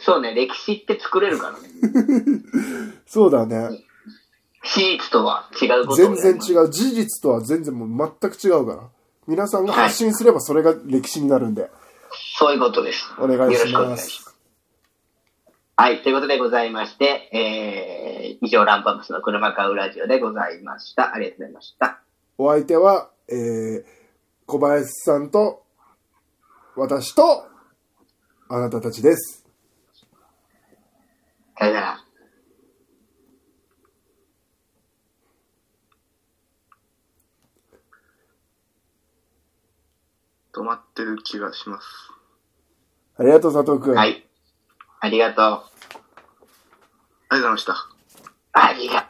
そうね、歴史って作れるからね。そうだね。史実とは違うこと全然違う。う。事実とは全然もう全く違うから。皆さんが発信すればそれが歴史になるんで、そういうことです。お願いよろししくおま願いしますす。。はい、ということでございまして、えー、以上、ランパムスの車買うラジオでございました。ありがとうございました。お相手は、えー、小林さんと、私と、あなたたちです。さよなら。止まってる気がします。ありがとう、佐藤くん。はい。ありがとう。ありがとうございました。ありがとう。